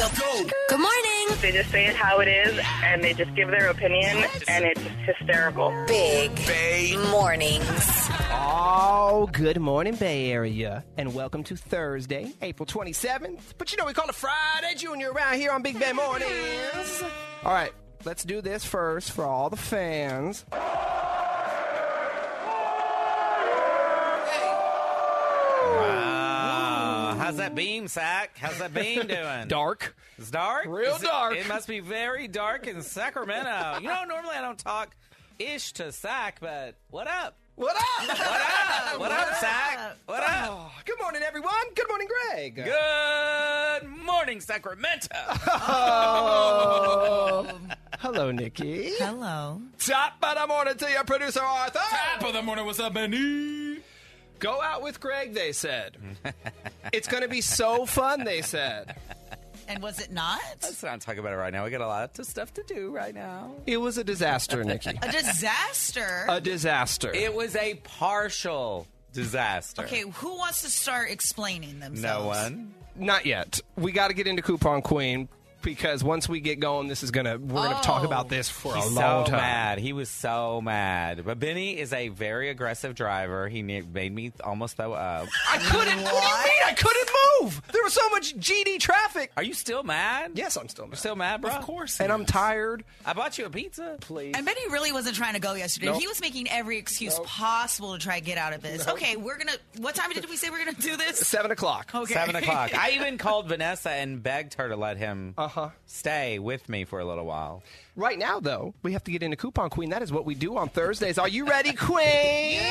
Good morning. They just say it how it is, and they just give their opinion, and it's just hysterical. Big mornings. Oh, good morning, Bay Area, and welcome to Thursday, April 27th. But you know, we call it Friday Junior around here on Big Bay Mornings. All right, let's do this first for all the fans. Wow. Uh, How's that beam, Sack? How's that beam doing? Dark. It's dark? Real Is it- dark. It, must be very dark in Sacramento. you know, normally I don't talk ish to Sack, but what up? What up? What up? What up, Sack? What up? Oh, good morning, everyone. Good morning, Greg. Oh. Good morning, Sacramento. Oh. Hello, Nikki. Hello. Top of the morning to your producer, Arthur. Top of the morning. What's up, Benny? Go out with Greg, they said. it's going to be so fun, they said. And was it not? Let's not talk about it right now. We got a lot of stuff to do right now. It was a disaster, Nikki. A disaster. a disaster. It was a partial disaster. okay, who wants to start explaining themselves? No one. Not yet. We got to get into Coupon Queen because once we get going, this is gonna we're gonna talk Oh. about this for a He's long so time. mad. He was so mad. But Benny is a very aggressive driver. He ne- made me almost throw up. I couldn't. What? do you mean? I couldn't move. There was so much GD traffic. Are you still mad? Yes, I'm still mad. Still mad, bro? Of course. and I'm tired. I bought you a pizza. Please. And Benny really wasn't trying to go yesterday. He was making every excuse possible to try to get out of this. Okay, we're gonna. What time did we say we're gonna do this? Seven o'clock. Okay. Seven o'clock. I even called Vanessa and begged her to let him stay with me for a little while. Right now, though, we have to get into Coupon Queen. That is what we do on Thursdays. Are you ready, Queen?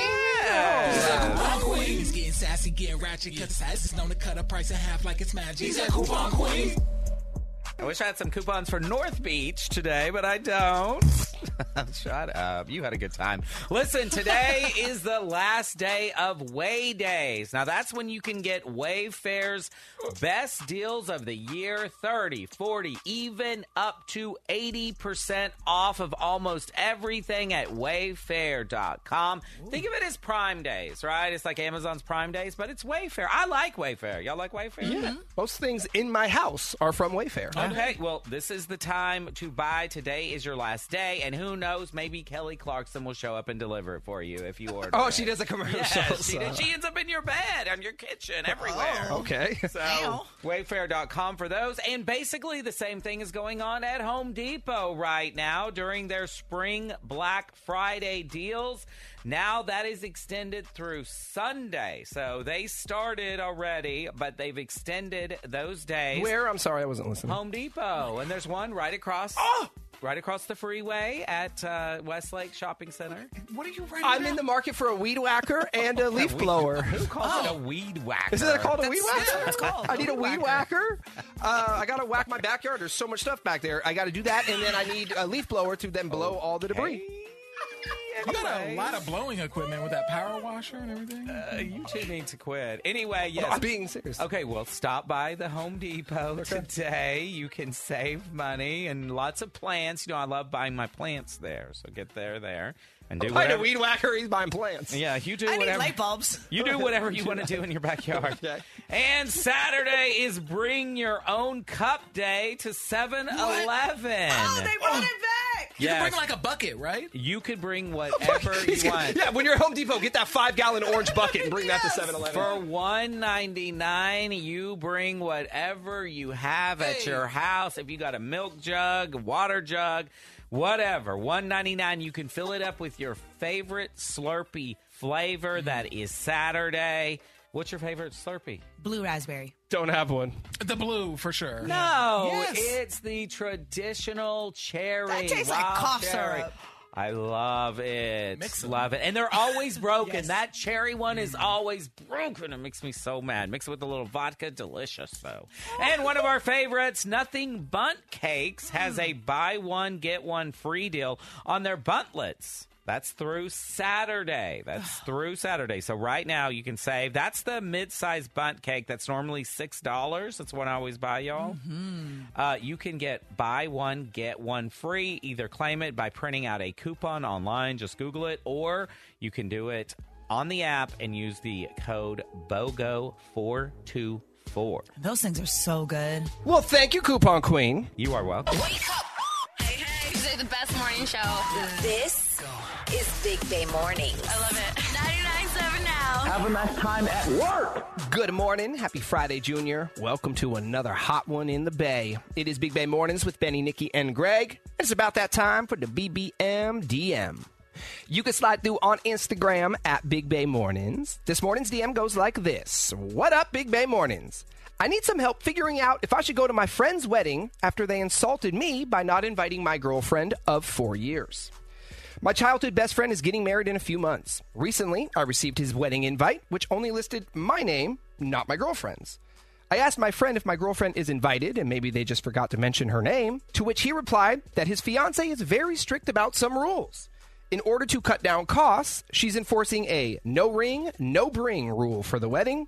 Coupon queens getting sassy, getting ratchet. Cause size is known to cut a price in half like it's magic. These are coupon queens. I wish I had some coupons for North Beach today, but I don't. Shut up. You had a good time. Listen, today is the last day of Way Days. Now, that's when you can get Wayfair's best deals of the year 30, 40, even up to 80% off of almost everything at Wayfair.com. Think of it as Prime Days, right? It's like Amazon's Prime Days, but it's Wayfair. I like Wayfair. Y'all like Wayfair? Yeah. Most things in my house are from Wayfair. Okay, well, this is the time to buy. Today is your last day, and who knows? Maybe Kelly Clarkson will show up and deliver it for you if you order. Oh, it. she does a commercial. Yes, she, did. she ends up in your bed, on your kitchen, everywhere. Oh, Okay. So, Wayfair.com for those. And basically, the same thing is going on at Home Depot right now during their spring Black Friday deals. Now that is extended through Sunday. So they started already, but they've extended those days. Where? I'm sorry, I wasn't listening. Home Depot, and there's one right across. Right across the freeway at uh, Westlake Shopping Center. What are you writing? I'm in the market for a weed whacker and a leaf blower. Who calls it a weed whacker? Isn't that called a weed that's whacker? what it's called, I a need a weed weed whacker. Uh, I gotta whack my backyard. There's so much stuff back there. I gotta do that, and then I need a leaf blower to then blow all the debris. You got a lot of blowing equipment with that power washer and everything. Uh, you two need to quit. Anyway, yes. No, I'm being serious. Okay, well, stop by the Home Depot today. You can save money and lots of plants. You know, I love buying my plants there, so get there, there, and I do need a whatever. weed whacker. He's buying plants. Yeah, you do I need whatever. light bulbs. You do whatever you want to do in your backyard. Okay. And Saturday is Bring Your Own Cup Day to 7 Eleven. Oh, they brought it back. You Yes. can bring like a bucket, right? You could bring whatever He's you gonna- want. yeah, when you're at Home Depot, get that five gallon orange bucket and bring that Yes. to 7 Eleven. For one ninety nine, you bring whatever you have at your house. If you got a milk jug, water jug, whatever, one ninety nine, you can fill it up with your favorite Slurpee flavor. That is Saturday. What's your favorite Slurpee? Blue raspberry. Don't have one. The blue for sure. No, Yes. it's the traditional cherry. That tastes like raw cough cherry. syrup. I love it. Mix 'em. love it. And they're always broken. Yes. That cherry one is always broken. It makes me so mad. Mix it with a little vodka. Delicious, though. And one of our favorites, Nothing Bunt Cakes, has a buy one, get one free deal on their buntlets. That's through Saturday. That's through Saturday. So right now you can save. That's the mid-sized bunt cake. That's normally six dollars. That's one I always buy y'all. Uh, you can get buy one, get one free. Either claim it by printing out a coupon online, just Google it, or you can do it on the app and use the code BOGO424. before. Those things are so good. Well, thank you, Coupon Queen. You are welcome. Hey, hey. These are the best morning show. This is Big Bay Mornings. I love it. 99.7 now. Have a nice time at work. Good morning. Happy Friday, Junior. Welcome to another hot one in the Bay. It is Big Bay Mornings with Benny, Nikki, and Greg. It's about that time for the BBM DM. You can slide through on Instagram at Big Bay Mornings. This morning's DM goes like this What up, Big Bay Mornings? I need some help figuring out if I should go to my friend's wedding after they insulted me by not inviting my girlfriend of four years. My childhood best friend is getting married in a few months. Recently, I received his wedding invite, which only listed my name, not my girlfriend's. I asked my friend if my girlfriend is invited and maybe they just forgot to mention her name, to which he replied that his fiance is very strict about some rules. In order to cut down costs, she's enforcing a no ring, no bring rule for the wedding.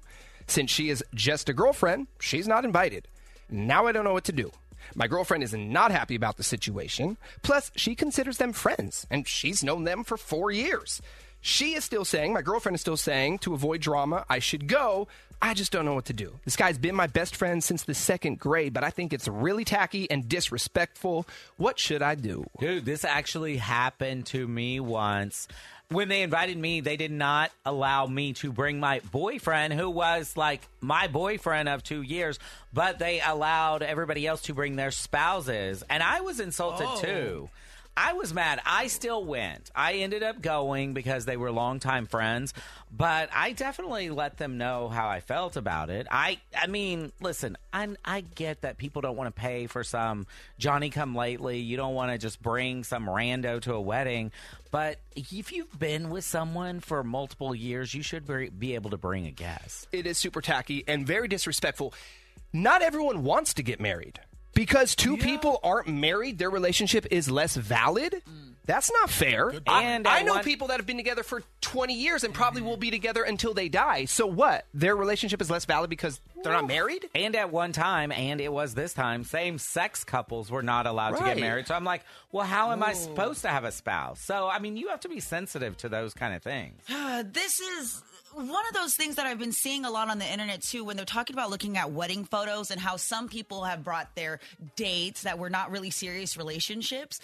Since she is just a girlfriend, she's not invited. Now I don't know what to do. My girlfriend is not happy about the situation. Plus, she considers them friends, and she's known them for four years. She is still saying, my girlfriend is still saying, to avoid drama, I should go. I just don't know what to do. This guy's been my best friend since the second grade, but I think it's really tacky and disrespectful. What should I do? Dude, this actually happened to me once. When they invited me, they did not allow me to bring my boyfriend, who was like my boyfriend of two years, but they allowed everybody else to bring their spouses. And I was insulted too. I was mad. I still went. I ended up going because they were longtime friends, but I definitely let them know how I felt about it. I I mean, listen, I I get that people don't want to pay for some Johnny come lately. You don't want to just bring some rando to a wedding, but if you've been with someone for multiple years, you should be, be able to bring a guest. it is super tacky and very disrespectful. Not everyone wants to get married. Because two people aren't married, their relationship is less valid. Mm. That's not fair. I, And I I know want- people that have been together for 20 years and Mm-hmm. probably will be together until they die. So what? Their relationship is less valid because they're not married? And at one time, and it was this time, same sex couples were not allowed to get Right. married. So I'm like, well, how am Oh. I supposed to have a spouse? So, I mean, you have to be sensitive to those kind of things. This is one of those things that I've been seeing a lot on the internet too when they're talking about looking at wedding photos and how some people have brought their dates that were not really serious relationships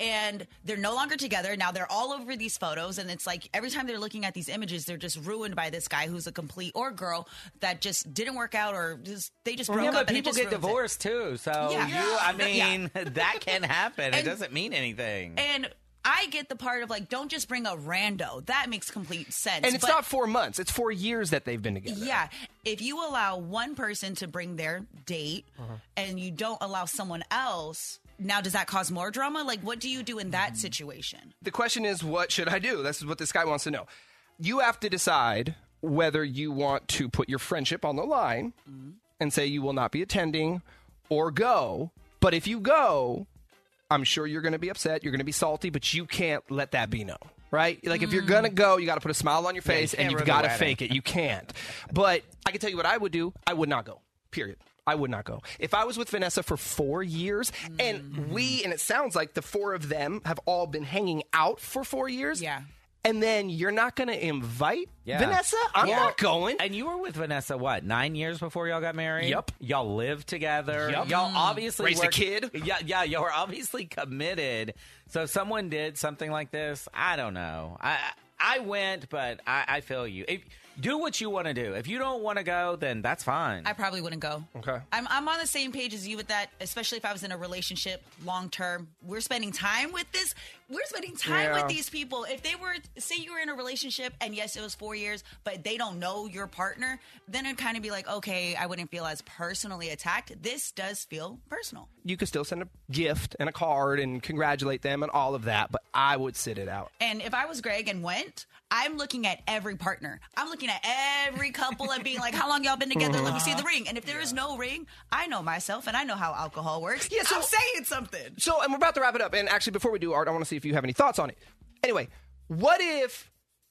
and they're no longer together now they're all over these photos and it's like every time they're looking at these images they're just ruined by this guy who's a complete or girl that just didn't work out or just they just broke yeah, up but and it people just get ruins it. divorced too. So, Yeah. you, I Yeah. mean, that can happen. it And- doesn't mean anything. and I get the part of like don't just bring a rando that makes complete sense And it's but- not four months, it's four years that they've been together. Yeah. If you allow one person to bring their date Uh-huh. and you don't allow someone else, now does that cause more drama? Like, what do you do in Mm-hmm. that situation? The question is, what should I do? That's what this guy wants to know. You have to decide whether you want to put your friendship on the line Mm. and say you will not be attending or go. But if you go, I'm sure you're going to be upset. You're going to be salty, but you can't let that be known, right? Like, if you're going to go, you got to put a smile on your face and Mm. can't you've ruin got the to wedding. fake it. You can't. But I can tell you what I would do I would not go, period. I would not go. If I was with Vanessa for four years Mm. and we, and it sounds like the four of them have all been hanging out for four years. Yeah. And then you're not going to invite Yeah. Vanessa? I'm not going. And you were with Vanessa what nine years before y'all got married? Yep. Y'all lived together. Yep. Y'all obviously Raised a were- kid. Yeah, yeah. Y'all were obviously committed. So if someone did something like this, I don't know. I I went, but I, I feel you. If, do what you want to do. If you don't want to go, then that's fine. I probably wouldn't go. Okay. I'm, I'm on the same page as you with that, especially if I was in a relationship long term. We're spending time with this. We're spending time Yeah. with these people. If they were, say you were in a relationship and yes, it was four years, but they don't know your partner, then it'd kind of be like, okay, I wouldn't feel as personally attacked. This does feel personal. You could still send a gift and a card and congratulate them and all of that, but I would sit it out. And if I was Greg and went, I'm looking at every partner. I'm looking at every couple and being like, how long y'all been together? Let me see the ring. And if there is no ring, I know myself and I know how alcohol works. Yeah, so- I'm saying something. So, and we're about to wrap it up. And actually, before we do, Art, I want to see if you have any thoughts on it. Anyway, what if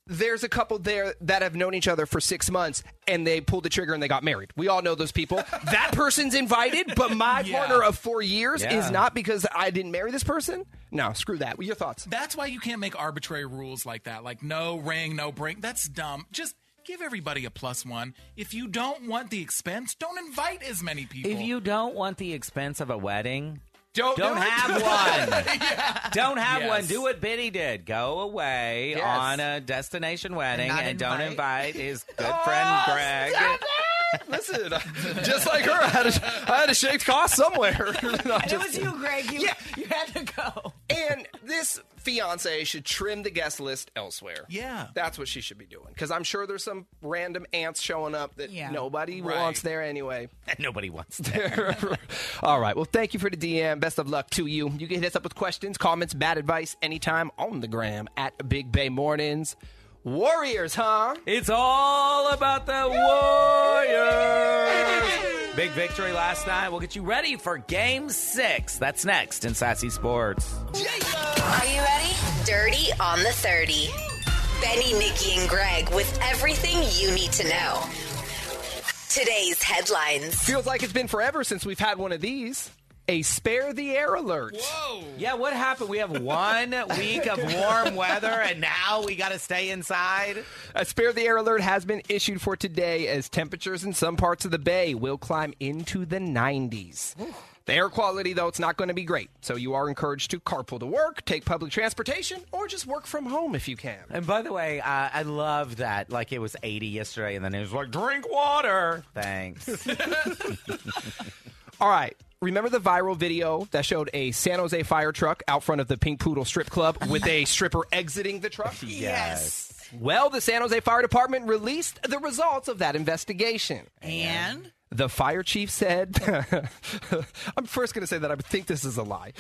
there's a couple there that have known each other for six months and they pulled the trigger and they got married? We all know those people. that person's invited, but my partner of four years Yeah. is not because I didn't marry this person. No, screw that. Your thoughts? That's why you can't make arbitrary rules like that. Like no ring, no bring. That's dumb. Just Give everybody a plus one. If you don't want the expense, don't invite as many people. If you don't want the expense of a wedding, don't, don't do it. have one. Don't have Yes. one. Do what Biddy did. Go away Yes. on a destination wedding And and, not don't invite. invite his good Oh, friend Greg. Listen, just like her, I had to, I had to shake costs somewhere. It was you, Greg. You, you had to go. And this fiance should trim the guest list elsewhere. Yeah. That's what she should be doing. Because I'm sure there's some random ants showing up that Yeah. nobody Right. wants there anyway. Nobody wants that. All right. Well, thank you for the DM. Best of luck to you. You can hit us up with questions, comments, bad advice anytime on the gram at Big Bay Mornings. Warriors, huh? It's all about the Warriors. Big victory last night. We'll get you ready for game six. That's next in Sassy Sports. Are you ready? Dirty on the 30. Benny, Nikki, and Greg with everything you need to know. Today's headlines. Feels like it's been forever since we've had one of these. A spare the air alert. Yeah, what happened? We have one week of warm weather, and now we got to stay inside. A spare the air alert has been issued for today as temperatures in some parts of the bay will climb into the 90s. The air quality, though, it's not going to be great. So you are encouraged to carpool to work, take public transportation, or just work from home if you can. And by the way, uh, I love that. Like it was 80 yesterday, and then it was like, drink water. Thanks. All right. Remember the viral video that showed a San Jose fire truck out front of the Pink Poodle strip club with a stripper exiting the truck? Yes. Well, the San Jose Fire Department released the results of that investigation. And The fire chief said, I'm first going to say that I think this is a lie.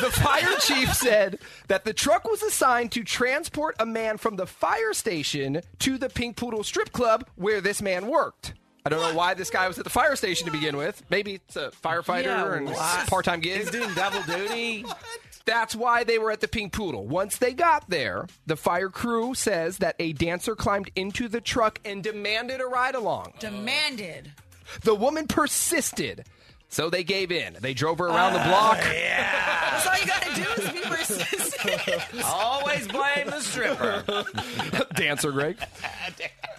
The fire chief said that the truck was assigned to transport a man from the fire station to the Pink Poodle strip club where this man worked. I don't know why this guy was at the fire station to begin with. Maybe it's a firefighter Yeah, and what? part time gig. He's doing double duty. That's why they were at the Pink Poodle. Once they got there, the fire crew says that a dancer climbed into the truck and demanded a ride along. demanded. The woman persisted, so they gave in. They drove her around the block. That's all you gotta do is be persistent. Always blame the stripper. Dancer, Greg.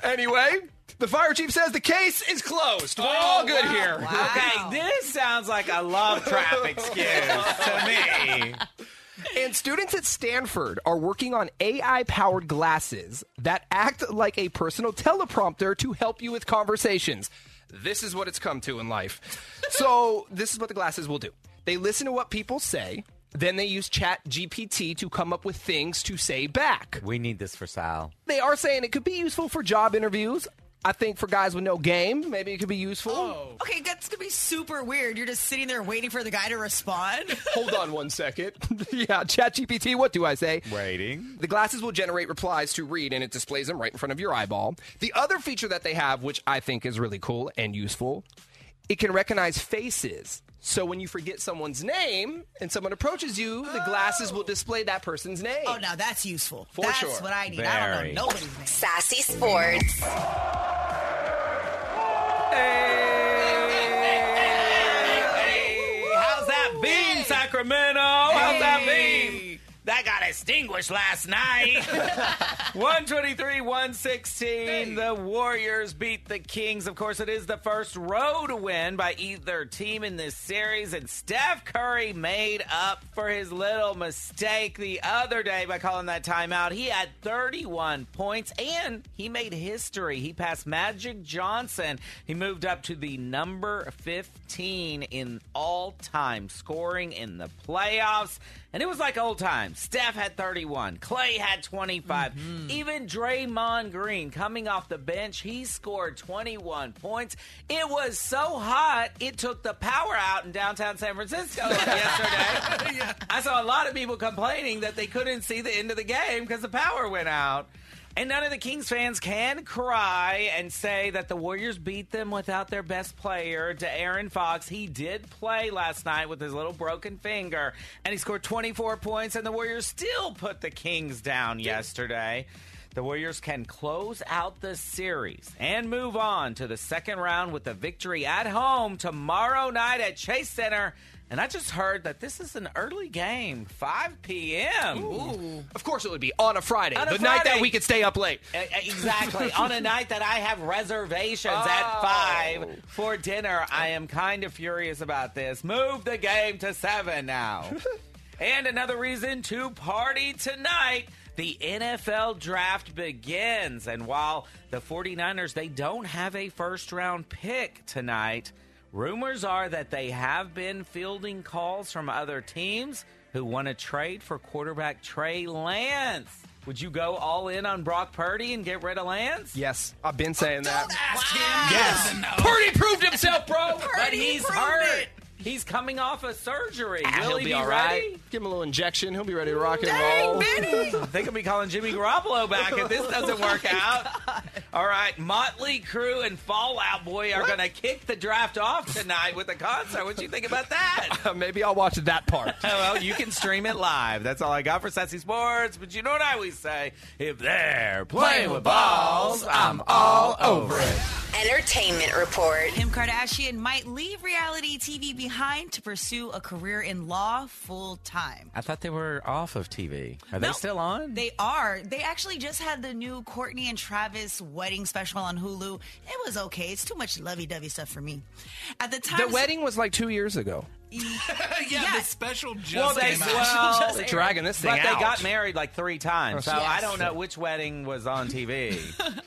anyway, the fire chief says the case is closed. We're Oh, all good here. Okay, this sounds like a love trap excuse to me. And students at Stanford are working on AI powered glasses that act like a personal teleprompter to help you with conversations. This is what it's come to in life. so, this is what the glasses will do they listen to what people say, then they use Chat GPT to come up with things to say back. We need this for Sal. They are saying it could be useful for job interviews. I think for guys with no game, maybe it could be useful. Oh. okay, that's gonna be super weird. You're just sitting there waiting for the guy to respond. Hold on one second. yeah, ChatGPT, what do I say? Waiting. The glasses will generate replies to read and it displays them right in front of your eyeball. The other feature that they have, which I think is really cool and useful, it can recognize faces. So when you forget someone's name and someone approaches you, the glasses will display that person's name. Oh, now that's useful. that's sure. what I need. I Very. don't know nobody's name. Sassy Sports. How's that beam, Sacramento? How's that beam? That got extinguished last night. 123 116. The Warriors beat the Kings. Of course, it is the first road win by either team in this series. And Steph Curry made up for his little mistake the other day by calling that timeout. He had 31 points and he made history. He passed Magic Johnson. He moved up to the number 15 in all time scoring in the playoffs. And it was like old times. Steph had 31, Clay had 25. Even Draymond Green coming off the bench, he scored 21 points. It was so hot, it took the power out in downtown San Francisco yesterday. I saw a lot of people complaining that they couldn't see the end of the game because the power went out. And none of the Kings fans can cry and say that the Warriors beat them without their best player, De'Aaron Fox. He did play last night with his little broken finger, and he scored 24 points, and the Warriors still put the Kings down yesterday. The Warriors can close out the series and move on to the second round with a victory at home tomorrow night at Chase Center. And I just heard that this is an early game, 5 p.m. Of course, it would be on a Friday, On a the night that Friday. we could stay up late. E- Exactly. On a night that I have reservations Oh. at five for dinner, I am kind of furious about this. Move the game to seven now. and another reason to party tonight. The NFL draft begins. And while the 49ers, they don't have a first round pick tonight, rumors are that they have been fielding calls from other teams who want to trade for quarterback Trey Lance. Would you go all in on Brock Purdy and get rid of Lance? Yes, I've been saying that. Ask him. Yes. Purdy proved himself, bro. But he's hurt. He's coming off a surgery. Will Ah, He'll he be, be all right. ready? Give him a little injection. He'll be ready to rock and Oh. roll. they could be calling Jimmy Garoppolo back if this doesn't work out. All right, Motley Crue and Fallout Boy are going to kick the draft off tonight with a concert. What do you think about that? Uh, Maybe I'll watch that part. Oh, well, you can stream it live. That's all I got for Sassy Sports. But you know what I always say: if they're playing with balls, I'm all over it. Entertainment Report. Kim Kardashian might leave reality TV behind to pursue a career in law full time. I thought they were off of TV. Are No. they still on? They are. They actually just had the new Courtney and Travis wedding special on Hulu. It was okay. It's too much lovey dovey stuff for me. At the time, The wedding was like two years ago. yeah, Yeah. the special just well, they came out. well, They're dragging this thing but out. they got married like three times, so I Yes. don't know which wedding was on TV.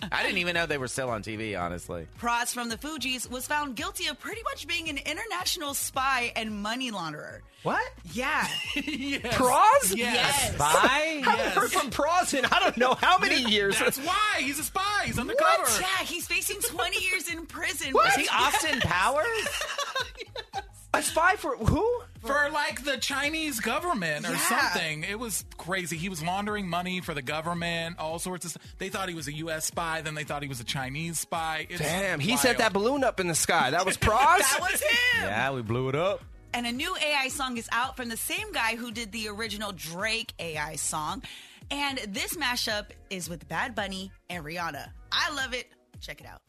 I didn't even know they were still on TV, honestly. Proz from the Fugees was found guilty of pretty much being an international spy and money launderer. What? Yeah. Proz? Yes. Bye. I haven't heard from Proz in I don't know how many years. That's why he's a spy. He's undercover. what? Yeah, he's facing 20 years in prison. Is he Austin Powers? A spy for who? for like the Chinese government or Yeah. something. It was crazy. He was laundering money for the government, all sorts of stuff. They thought he was a U.S. spy, then they thought he was a Chinese spy. It's Damn, he wild. set that balloon up in the sky. That was Proz? That was him. yeah, we blew it up. And a new AI song is out from the same guy who did the original Drake AI song. And this mashup is with Bad Bunny and Rihanna. I love it. Check it out.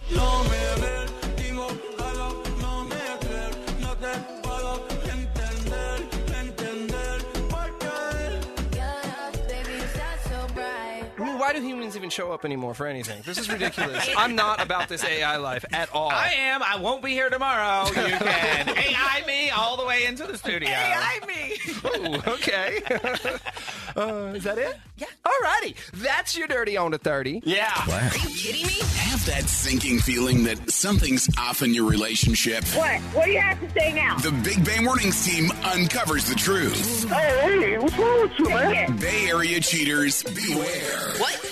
I mean, why do humans even show up anymore for anything? This is ridiculous. I'm not about this AI life at all. I am. I won't be here tomorrow. You can AI me all the way into the studio. AI me. Ooh, okay. uh, is that it? Yeah. Alrighty. That's your dirty on to 30. Yeah. Are you kidding me? Have that sinking feeling that something's off in your relationship. What? What do you have to say now? The Big Bay Mornings team uncovers the truth. Hey, hey, what's wrong with you, man? Bay Area cheaters, beware.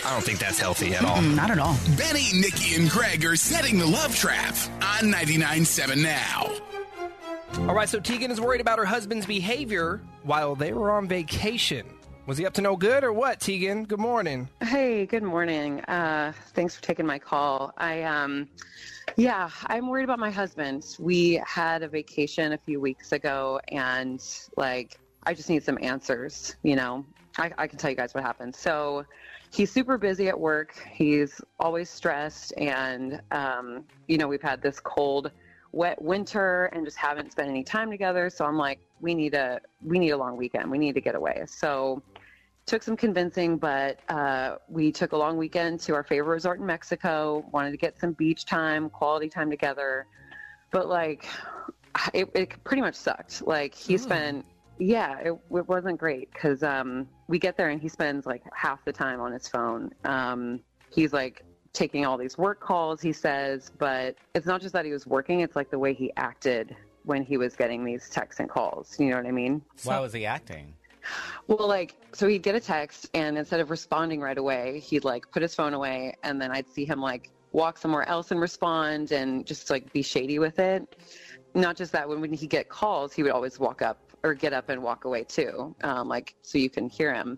I don't think that's healthy at all. Not at all. Benny, Nikki, and Greg are setting the love trap on 99.7 now. All right, so Tegan is worried about her husband's behavior while they were on vacation. Was he up to no good or what, Tegan? Good morning. Hey, good morning. Uh, thanks for taking my call. I um, yeah, I'm worried about my husband. We had a vacation a few weeks ago, and like, I just need some answers. You know, I, I can tell you guys what happened. So, he's super busy at work. He's always stressed, and um, you know, we've had this cold, wet winter, and just haven't spent any time together. So I'm like, we need a we need a long weekend. We need to get away. So took some convincing, but uh, we took a long weekend to our favorite resort in Mexico. Wanted to get some beach time, quality time together, but like it, it pretty much sucked. Like he spent, yeah, it, it wasn't great because um, we get there and he spends like half the time on his phone. Um, he's like taking all these work calls, he says, but it's not just that he was working; it's like the way he acted when he was getting these texts and calls. You know what I mean? Why was he acting? Well, like, so he'd get a text, and instead of responding right away, he'd like put his phone away, and then I'd see him like walk somewhere else and respond and just like be shady with it. Not just that, when, when he'd get calls, he would always walk up or get up and walk away too, um, like, so you can hear him.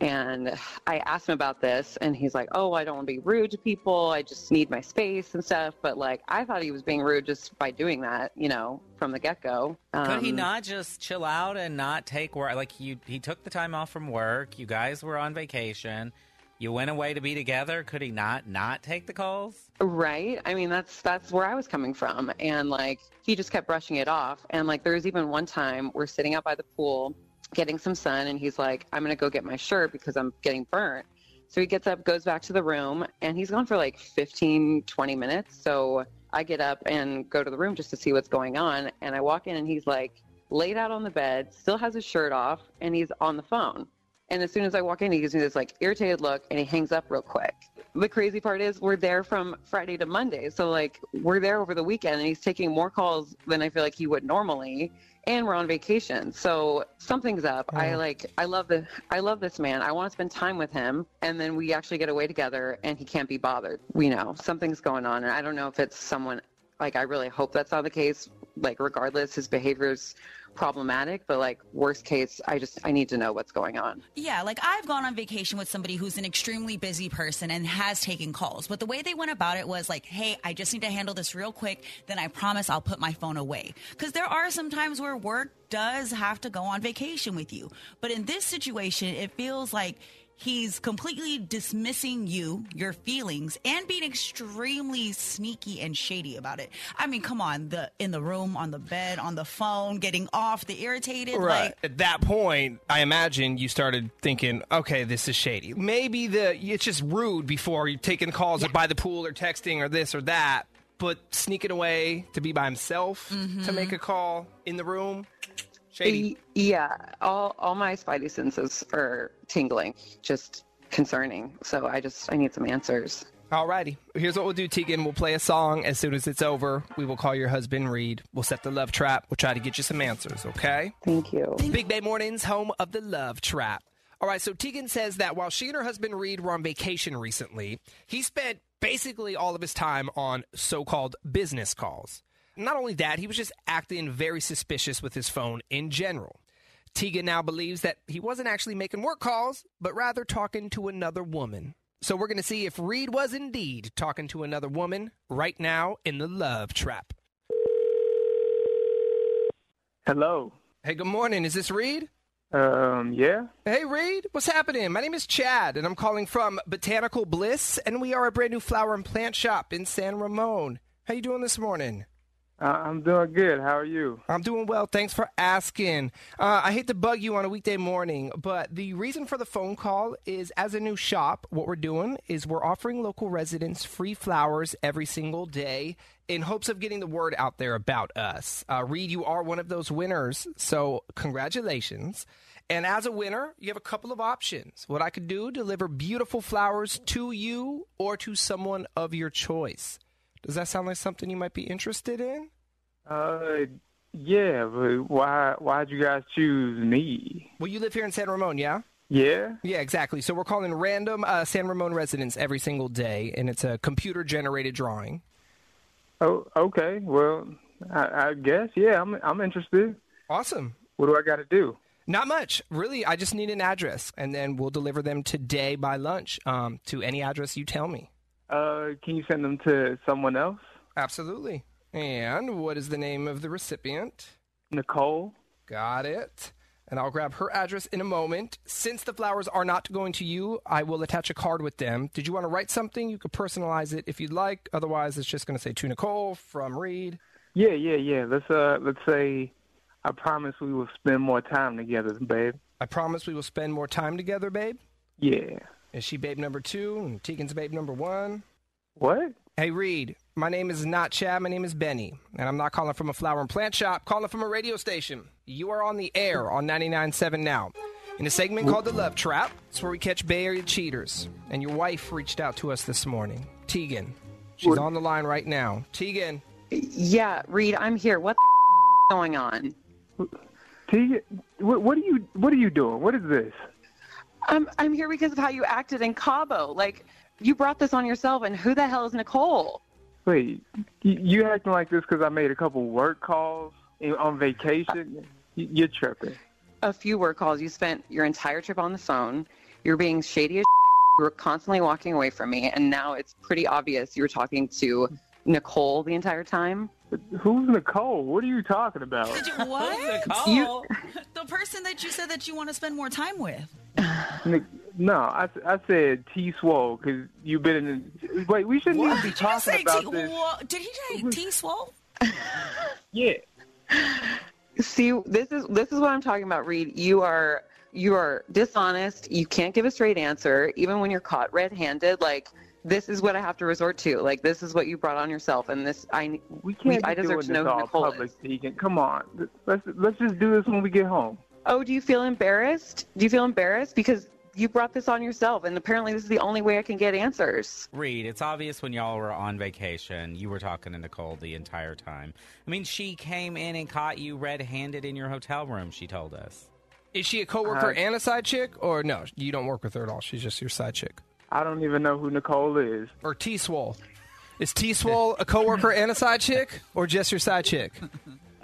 And I asked him about this, and he's like, Oh, I don't want to be rude to people. I just need my space and stuff. But like, I thought he was being rude just by doing that, you know, from the Um, get go. Could he not just chill out and not take work? Like you, he took the time off from work. You guys were on vacation. You went away to be together. Could he not not take the calls? Right. I mean, that's that's where I was coming from, and like he just kept brushing it off. And like there was even one time we're sitting out by the pool, getting some sun, and he's like, "I'm gonna go get my shirt because I'm getting burnt." So he gets up, goes back to the room, and he's gone for like 15, 20 minutes. So I get up and go to the room just to see what's going on, and I walk in, and he's like laid out on the bed, still has his shirt off, and he's on the phone. And as soon as I walk in, he gives me this like irritated look and he hangs up real quick. The crazy part is we're there from Friday to Monday. So like we're there over the weekend and he's taking more calls than I feel like he would normally. And we're on vacation. So something's up. I like I love the I love this man. I want to spend time with him. And then we actually get away together and he can't be bothered. We know something's going on. And I don't know if it's someone like I really hope that's not the case. Like regardless, his behavior's problematic, but like worst case, I just I need to know what's going on. Yeah, like I've gone on vacation with somebody who's an extremely busy person and has taken calls. But the way they went about it was like, hey, I just need to handle this real quick. Then I promise I'll put my phone away. Because there are some times where work does have to go on vacation with you. But in this situation, it feels like he's completely dismissing you, your feelings, and being extremely sneaky and shady about it. I mean, come on, the in the room, on the bed, on the phone, getting off, the irritated, like At that point, I imagine you started thinking, okay, this is shady. Maybe the it's just rude before you're taking calls by the pool or texting or this or that, but sneaking away to be by himself to make a call in the room. Shady. Y- Yeah, all all my spidey senses are tingling, just concerning. So I just I need some answers. Alrighty. Here's what we'll do, Tegan. We'll play a song. As soon as it's over, we will call your husband, Reed. We'll set the love trap. We'll try to get you some answers, okay? Thank you. Big Bay Mornings, home of the love trap. All right, so Tegan says that while she and her husband Reed were on vacation recently, he spent basically all of his time on so called business calls. Not only that, he was just acting very suspicious with his phone in general. Tegan now believes that he wasn't actually making work calls, but rather talking to another woman. So we're going to see if Reed was indeed talking to another woman right now in the love trap. Hello. Hey, good morning. Is this Reed? Um, yeah? Hey Reed, what's happening? My name is Chad, and I'm calling from Botanical Bliss, and we are a brand new flower and plant shop in San Ramon. How you doing this morning? I- I'm doing good. How are you? I'm doing well. Thanks for asking. Uh, I hate to bug you on a weekday morning, but the reason for the phone call is as a new shop, what we're doing is we're offering local residents free flowers every single day in hopes of getting the word out there about us. Uh, Reed, you are one of those winners, so congratulations. And as a winner, you have a couple of options. What I could do deliver beautiful flowers to you or to someone of your choice. Does that sound like something you might be interested in? Uh, yeah, but why, why'd you guys choose me? Well, you live here in San Ramon, yeah? Yeah? Yeah, exactly. So we're calling random uh, San Ramon residents every single day, and it's a computer generated drawing. Oh, okay. Well, I, I guess, yeah, I'm, I'm interested. Awesome. What do I got to do? Not much, really. I just need an address, and then we'll deliver them today by lunch um, to any address you tell me. Uh, can you send them to someone else? Absolutely. And what is the name of the recipient? Nicole? Got it. And I'll grab her address in a moment. Since the flowers are not going to you, I will attach a card with them. Did you want to write something? You could personalize it if you'd like. Otherwise, it's just going to say to Nicole from Reed. Yeah, yeah, yeah. Let's, uh, let's say I promise we will spend more time together, babe. I promise we will spend more time together, babe. Yeah. Is she babe number two and Tegan's babe number one? What? Hey, Reed, my name is not Chad. My name is Benny. And I'm not calling from a flower and plant shop, calling from a radio station. You are on the air on 99.7 now. In a segment called The Love Trap, it's where we catch Bay Area cheaters. And your wife reached out to us this morning, Tegan. She's on the line right now. Tegan, Yeah, Reed, I'm here. What the going on? T- what, what are you, what are you doing? What is this? I'm I'm here because of how you acted in Cabo. Like you brought this on yourself, and who the hell is Nicole? Wait, y- you acting like this because I made a couple work calls and- on vacation? Y- You're tripping. A few work calls. You spent your entire trip on the phone. You're being shady as. You were constantly walking away from me, and now it's pretty obvious you were talking to Nicole the entire time. Who's Nicole? What are you talking about? Did you- what? Nicole, You- the person that you said that you want to spend more time with. Nic- No, I, I said T Swole because you've been in. Wait, we shouldn't even be Did you just talking say about T? this. Whoa, did he say T swole? Yeah. See, this is this is what I'm talking about, Reed. You are you are dishonest. You can't give a straight answer, even when you're caught red-handed. Like this is what I have to resort to. Like this is what you brought on yourself, and this I We can't I be deserve doing to know this who all Nicole is. public, Deacon. Come on, let's let's just do this when we get home. Oh, do you feel embarrassed? Do you feel embarrassed because you brought this on yourself, and apparently this is the only way I can get answers. Reed, it's obvious when y'all were on vacation, you were talking to Nicole the entire time. I mean, she came in and caught you red handed in your hotel room, she told us. Is she a coworker and a side chick, or no? You don't work with her at all. She's just your side chick. I don't even know who Nicole is. Or T Swole. Is T Swole a coworker and a side chick, or just your side chick?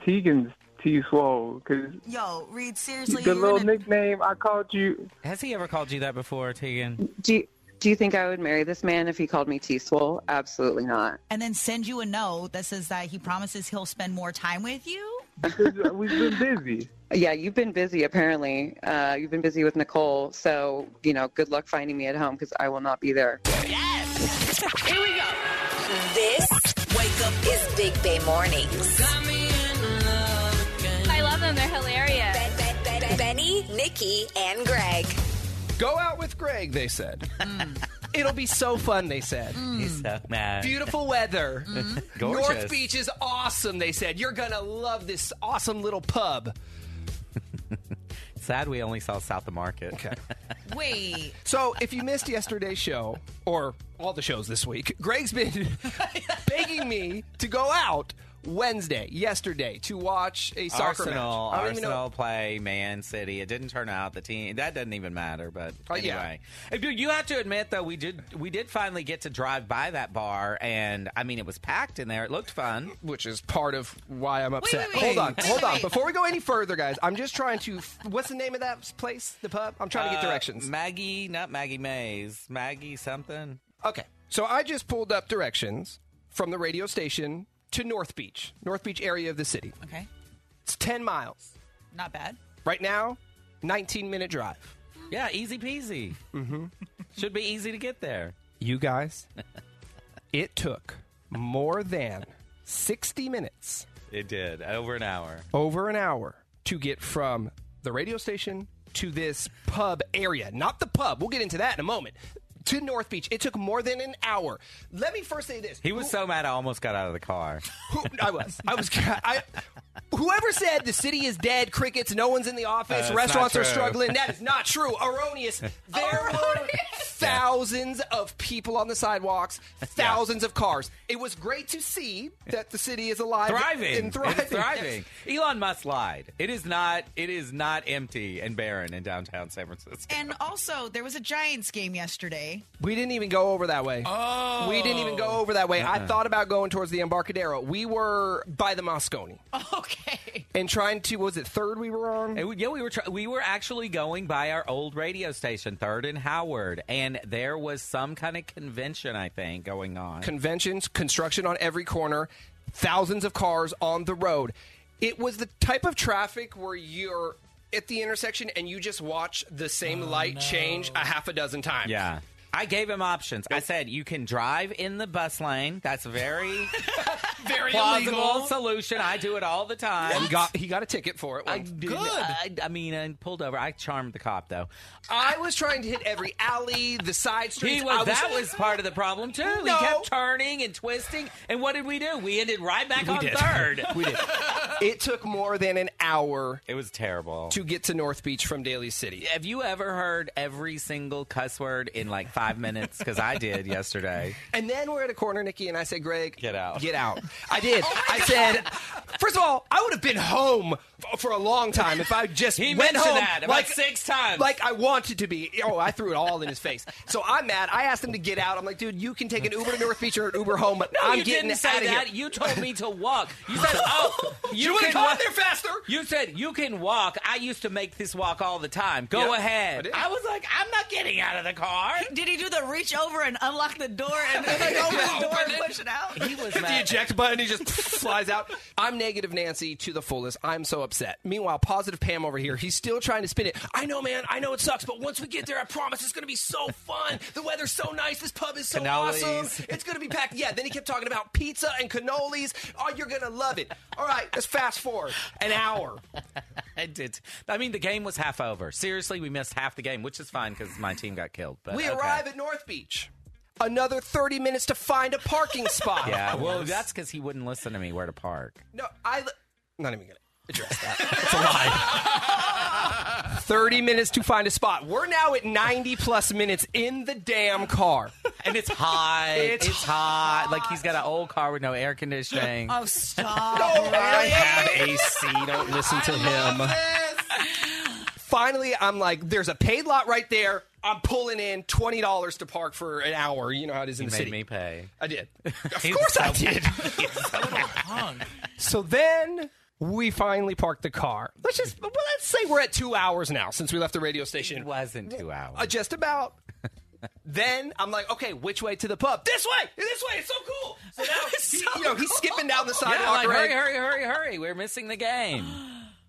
Tegan's T Swole because Yo, Reed, seriously, the you're little in a- nickname I called you. Has he ever called you that before, Tegan? Do you, do you think I would marry this man if he called me T-Swole? Absolutely not. and then send you a note that says that he promises he'll spend more time with you. 'cause uh, We've been busy. Yeah, you've been busy apparently. Uh, you've been busy with Nicole, so you know, good luck finding me at home because I will not be there. This wake up is Big Bay Mornings. I love them. They're hilarious. Ben, ben, ben, Benny, Nikki, and Greg. Go out with Greg, they said. It'll be so fun, they said. He's so Hmm. mad. Beautiful weather. Mm-hmm. Gorgeous. North Beach is awesome, they said. You're going to love this awesome little pub. Sad we only saw South of Market. Wait, So, if you missed yesterday's show, or all the shows this week, Greg's been begging me to go out Wednesday, yesterday, to watch a soccer Arsenal, match. I don't even know- Arsenal play Man City. It didn't turn out the team. That doesn't even matter. But Oh, yeah. anyway, And, dude, you have to admit though, we did we did finally get to drive by that bar, and I mean, it was packed in there. It looked fun. which is part of why I'm upset. wait, hold on, wait, hold wait, on. wait. Before we go any further, guys, I'm just trying to. What's the name of that place? The pub? I'm trying to get Uh, directions. Maggie, not Maggie Mays. Maggie something. Okay. So I just pulled up directions from the radio station to North Beach, North Beach area of the city. okay, It's 10 miles. not bad. Right now, 19 minute drive. Yeah, easy peasy. Mm-hmm. Should be easy to get there. You guys, it took more than 60 minutes, It did over an hour. over an hour, to get from the radio station to this pub area. Not the pub. We'll get into that in a moment. To North Beach. It took more than an hour. Let me first say this. He was so mad, I almost got out of the car. Who, I was. I was. I, whoever said the city is dead, crickets, no one's in the office, Uh, it's restaurants not are true. struggling, that is not true. Erroneous. There were thousands of people on the sidewalks, thousands of cars. It was great to see that the city is alive thriving. and thriving. It is thriving. Elon Musk lied. It is not. It is not empty and barren in downtown San Francisco. And also, there was a Giants game yesterday. We didn't even go over that way. Oh. We didn't even go over that way. Uh-uh. I thought about going towards the Embarcadero. We were by the Moscone Okay. and trying to, was it third we were on? And we, yeah, we were try- we were actually going by our old radio station, Third and Howard, and there was some kind of convention I think going on. conventions, construction on every corner, thousands of cars on the road. It was the type of traffic where you're at the intersection and you just watch the same Oh, light change a half a dozen times. yeah. I gave him options. I said, you can drive in the bus lane. That's a very Very plausible illegal. solution. I do it all the time. He got he got a ticket for it. I once. did- I, I mean, I pulled over. I charmed the cop, though. I was trying to hit every alley, the side streets. He was, I that was part of the problem too. No. He kept turning and twisting, and what did we do? We ended right back on did. third. we did. It took more than an hour It was terrible. to get to North Beach from Daly City. Have you ever heard every single cuss word in like five minutes? Because I did yesterday. And then we're at a corner, Nikki, and I said, Greg, Get out. Get out. I did. Oh I said, first of all, I would have been home f- for a long time if I just He went mentioned home that about six times. Like I wanted to be. Oh, I threw it all in his face. So I'm mad. I asked him to get out. I'm like, dude, you can take an Uber to North Beach or an Uber home, but I'm you getting didn't say out of that. here. You told me to walk. You said, "Oh, you, would've can gone walk there faster. You said you can walk. I used to make this walk all the time. Go Yep, I ahead. did. I was like, I'm not getting out of the car. Did he do the reach over and unlock the door and then like open the door and push it out? He was Hit the mad. eject button. He just flies out. I'm negative Nancy to the fullest. I'm so upset. Meanwhile, positive Pam over here. He's still trying to spin it. I know, man. I know it sucks, but once we get there, I promise it's going to be so fun. The weather's so nice. This pub is so Cannolis. awesome. It's going to be packed. Yeah. Then he kept talking about pizza and cannolis. Oh, you're going to love it. All right. Let's fast forward an hour. I did. I mean, the game was half over. Seriously, we missed half the game, which is fine because my team got killed. But We okay. arrive at North Beach. Another 30 minutes to find a parking spot. Yeah, well, that's because he wouldn't listen to me where to park. No, I. I'm not even gonna address that. It's a lie. Thirty minutes to find a spot. We're now at ninety plus minutes in the damn car. And it's hot. It's it's hot. Like he's got an old car with no air conditioning. Oh, stop. I have AC. Don't listen to him. Finally, I'm like, there's a paid lot right there. I'm pulling in twenty dollars to park for an hour. You know how it is in He the made city. me pay. I did. Of He's course I so- did. so then we finally parked the car. Let's just well, let's say we're at two hours now since we left the radio station. It wasn't two hours. Uh, just about. then I'm like, okay, which way to the pub? This way, this way. It's so cool. So now, he, you know, he's skipping down the sidewalk. yeah, like, right? hurry, hurry, hurry, hurry. We're missing the game.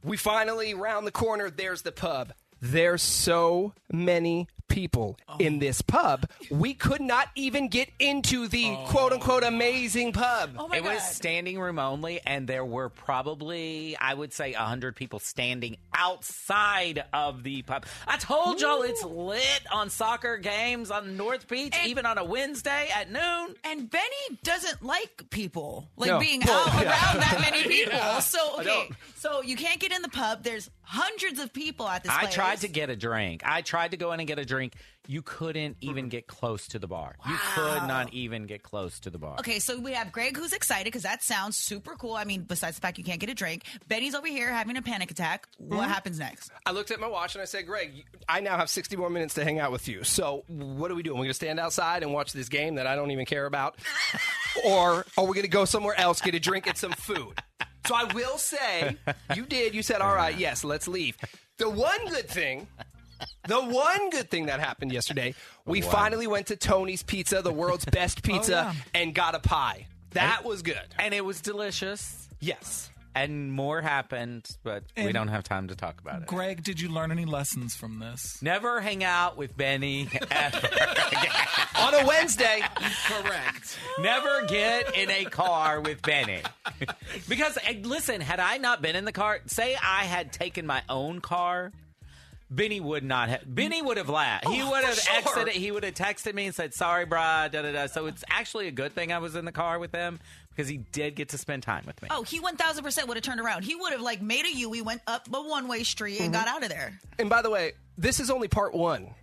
We finally round the corner. There's the pub. There's so many people Oh. in this pub. We could not even get into the Oh. quote unquote amazing pub. Oh, my it was God. standing room only, and there were probably, I would say, 100 people standing outside of the pub. I told y'all it's lit on soccer games on North Beach, And- even on a Wednesday at noon. And Benny doesn't like people, like No. being Well, out yeah. around that many people. So okay, don't. so you can't get in the pub. There's hundreds of people at this. I place. tried to get a drink. I tried to go in and get a drink. You couldn't even get close to the bar. You could not even get close to the bar. Okay, so we have Greg who's excited because that sounds super cool. I mean, besides the fact you can't get a drink, Benny's over here having a panic attack. What Mm-hmm. happens next? I looked at my watch and I said, Greg, you- I now have 60 more minutes to hang out with you. So what are we doing? We're going to stand outside and watch this game that I don't even care about? or are we going to go somewhere else, get a drink and some food? So I will say, you did. You said, all right, yes, let's leave. The one good thing, the one good thing that happened yesterday, we finally went to Tony's Pizza, the world's best pizza, and got a pie. That was good. And it was delicious. Yes. And more happened, but we don't have time to talk about it. Greg, did you learn any lessons from this? Never hang out with Benny ever again. On a Wednesday. Correct. Never get in a car with Benny. Because, and listen, had I not been in the car, say I had taken my own car, Benny would not have. Benny would have laughed. he Oh, would have sure. exited. He would have texted me and said, "Sorry, brah." Da da da. So it's actually a good thing I was in the car with him because he did get to spend time with me. Oh, he one thousand percent would have turned around. He would have like made a U. We went up a one way street and Mm-hmm. got out of there. And by the way, this is only part one.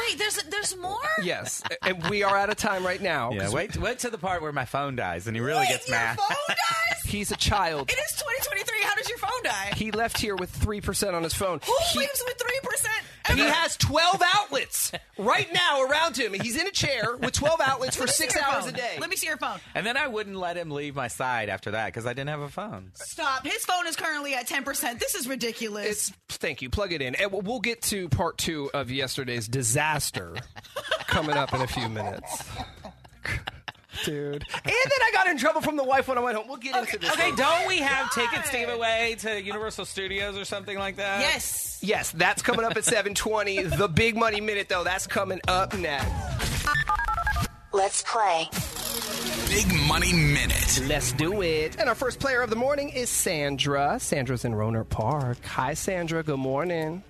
Wait, there's there's more. Yes, and we are out of time right now. yeah. 'cause Wait, wait till the part where my phone dies and he really Wait, gets your mad. phone dies. He's a child. It is 2023. How does your phone die? He left here with three percent on his phone. Who he, leaves with three percent? he has twelve outlets right now around him. He's in a chair with twelve outlets for six hours a day. Let me see your phone. And then I wouldn't let him leave my side after that because I didn't have a phone. Stop. His phone is currently at ten percent. This is ridiculous. It's, thank you. Plug it in, and we'll- we'll get to part two of yesterday's disaster coming up in a few minutes. Dude, and then I got in trouble from the wife when I went home. We'll get into this. Okay, later. don't we have tickets to give away to Universal Studios or something like that? yes. Yes, that's coming up at 7:20. The big money minute, though, that's coming up next. Let's play. Big Money Minute. Let's do it. And our first player of the morning is Sandra. Sandra's in Roner Park. Hi, Sandra. Good morning.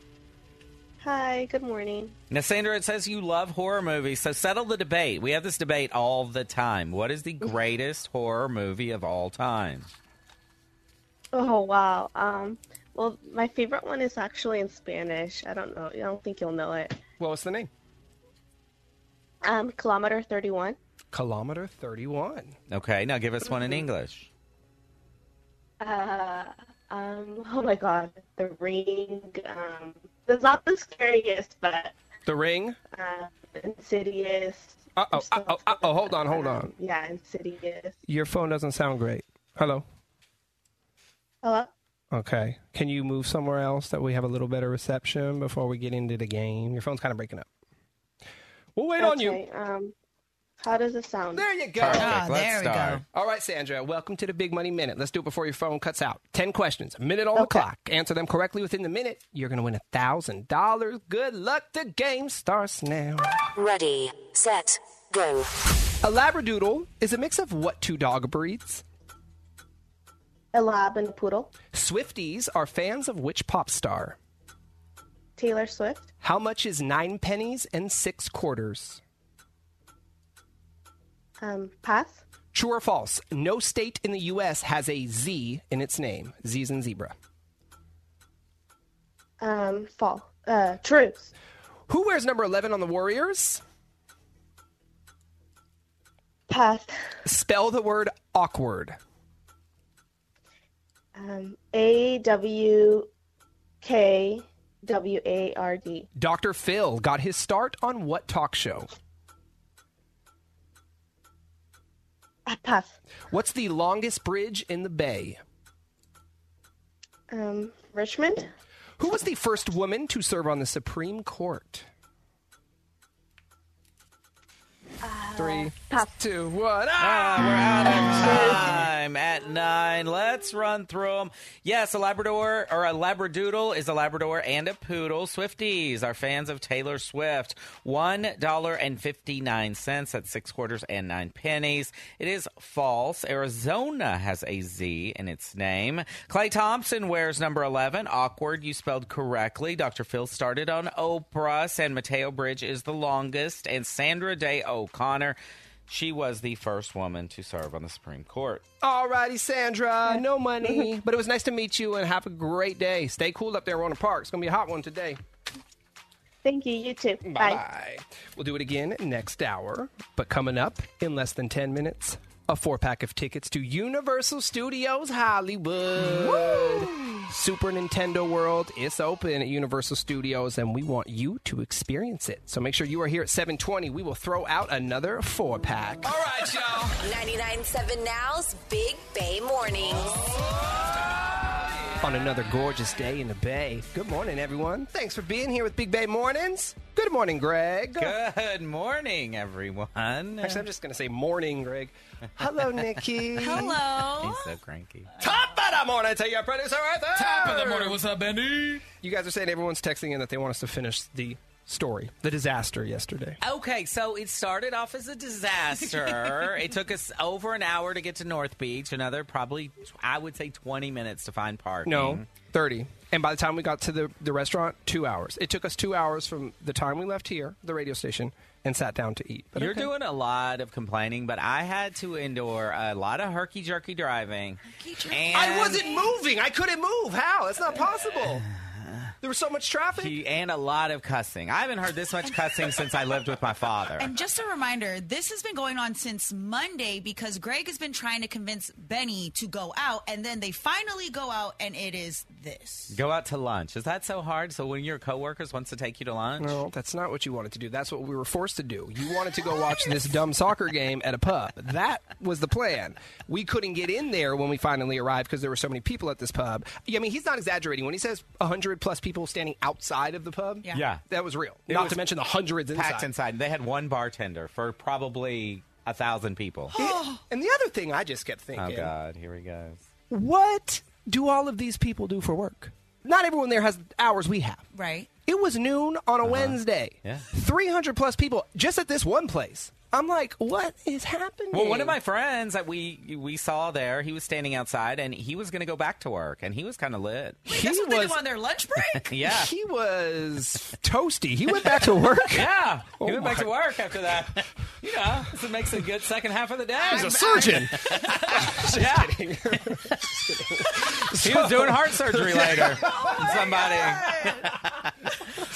Hi, good morning. Now, Sandra, it says you love horror movies, so settle the debate. We have this debate all the time. What is the Mm-hmm. greatest horror movie of all time? Oh wow. Um well my favorite one is actually in Spanish. I don't know. I don't think you'll know it. What was the name? Um kilometer 31. Kilometer 31. Okay, now give us one in Mm-hmm. English. Um oh my god, The Ring. Um it's not the scariest, but The Ring. uh, Insidious. Uh oh. There's Uh oh. stuff Uh oh. like Hold on. Hold that. on. Yeah, Insidious. Your phone doesn't sound great. Hello. Hello? Okay. Can you move somewhere else that we have a little better reception before we get into the game? Your phone's kind of breaking up. We'll wait on you. Okay, um How does it sound? Ah, There you go. All right, Sandra, welcome to the Big Money Minute. Let's do it before your phone cuts out. 10 questions, a minute on the clock. Answer them correctly within the minute. You're going to win $1,000. Good luck. The game starts now. Ready, set, go. A Labradoodle is a mix of what two dog breeds? A lab and a poodle. Swifties are fans of which pop star? Taylor Swift. How much is nine pennies and six quarters? Um, pass. True or false? No state in the U.S. has a Z in its name. Z's and zebra. Um, fall. Uh, truth. Who wears number 11 on the Warriors? Pass. Spell the word awkward. Um, A W K W A R D. Dr. Phil got his start on what talk show? Ah, Pass. What's the longest bridge in the bay? Um, Richmond. Who was the first woman to serve on the Supreme Court? Three, two, one. Ah, we're out of time at nine. Let's run through them. Yes, a Labrador or a Labradoodle is a Labrador and a Poodle. Swifties are fans of Taylor Swift. One dollar and fifty nine cents. That's six quarters and nine pennies. It is false. Arizona has a Z in its name. Clay Thompson wears number eleven. Awkward. You spelled correctly. Dr. Phil started on Oprah. San Mateo Bridge is the longest, and Sandra Day O'Connor. She was the first woman to serve on the Supreme Court. All righty, Sandra. No money, but it was nice to meet you and have a great day. Stay cool up there, Warner Park. It's going to be a hot one today. Thank you. You too. Bye. We'll do it again next hour. But coming up in less than 10 minutes, a four pack of tickets to Universal Studios Hollywood. Super Nintendo World. It's open at Universal Studios, and we want you to experience it. So make sure you are here at 720. We will throw out another four pack. All right, y'all. 99.7 Now's Big Bay Mornings. on another gorgeous day in the Bay. Good morning, everyone. Thanks for being here with Big Bay Mornings. Good morning, Greg. Good morning, everyone. Actually, I'm just going to say morning, Greg. Hello, Nikki. Hello. He's so cranky. Top of the morning to your producer, Arthur. Top of the morning. What's up, Bendy? You guys are saying everyone's texting in that they want us to finish the story, the disaster yesterday. Okay, so it started off as a disaster. it took us over an hour to get to North Beach, another probably, I would say, 20 minutes to find parking. No, 30. And by the time we got to the, the restaurant, two hours. It took us two hours from the time we left here, the radio station, and sat down to eat. But You're okay. doing a lot of complaining, but I had to endure a lot of herky jerky driving. And I wasn't moving. I couldn't move. How? That's not possible. There was so much traffic. He- and a lot of cussing. I haven't heard this much cussing since I lived with my father. And just a reminder, this has been going on since Monday because Greg has been trying to convince Benny to go out, and then they finally go out, and it is this. Go out to lunch. Is that so hard? So when your coworkers wants to take you to lunch? No, that's not what you wanted to do. That's what we were forced to do. You wanted to go watch this dumb soccer game at a pub. That was the plan. We couldn't get in there when we finally arrived because there were so many people at this pub. I mean, he's not exaggerating when he says 100 plus people standing outside of the pub. Yeah. Yeah. That was real. It not was to mention the hundreds inside. packed inside. They had one bartender for probably a thousand people. and the other thing I just kept Oh thinking, God, here he goes. what do all of these people do for work? Not everyone there has hours we have. Right. It was noon on a Wednesday. Uh-huh. Yeah. 300 plus people just at this one place. I'm like, what is happening? Well, one of my friends that we we saw there, he was standing outside and he was going to go back to work, and he was kind of lit. Wait, that's what they do on their lunch break? Yeah. He was toasty. He went back to work. Yeah, Oh he went back my- to work after that. You know, so it makes a good second half of the day. He's a surgeon. yeah, he was doing heart surgery later. Oh Somebody.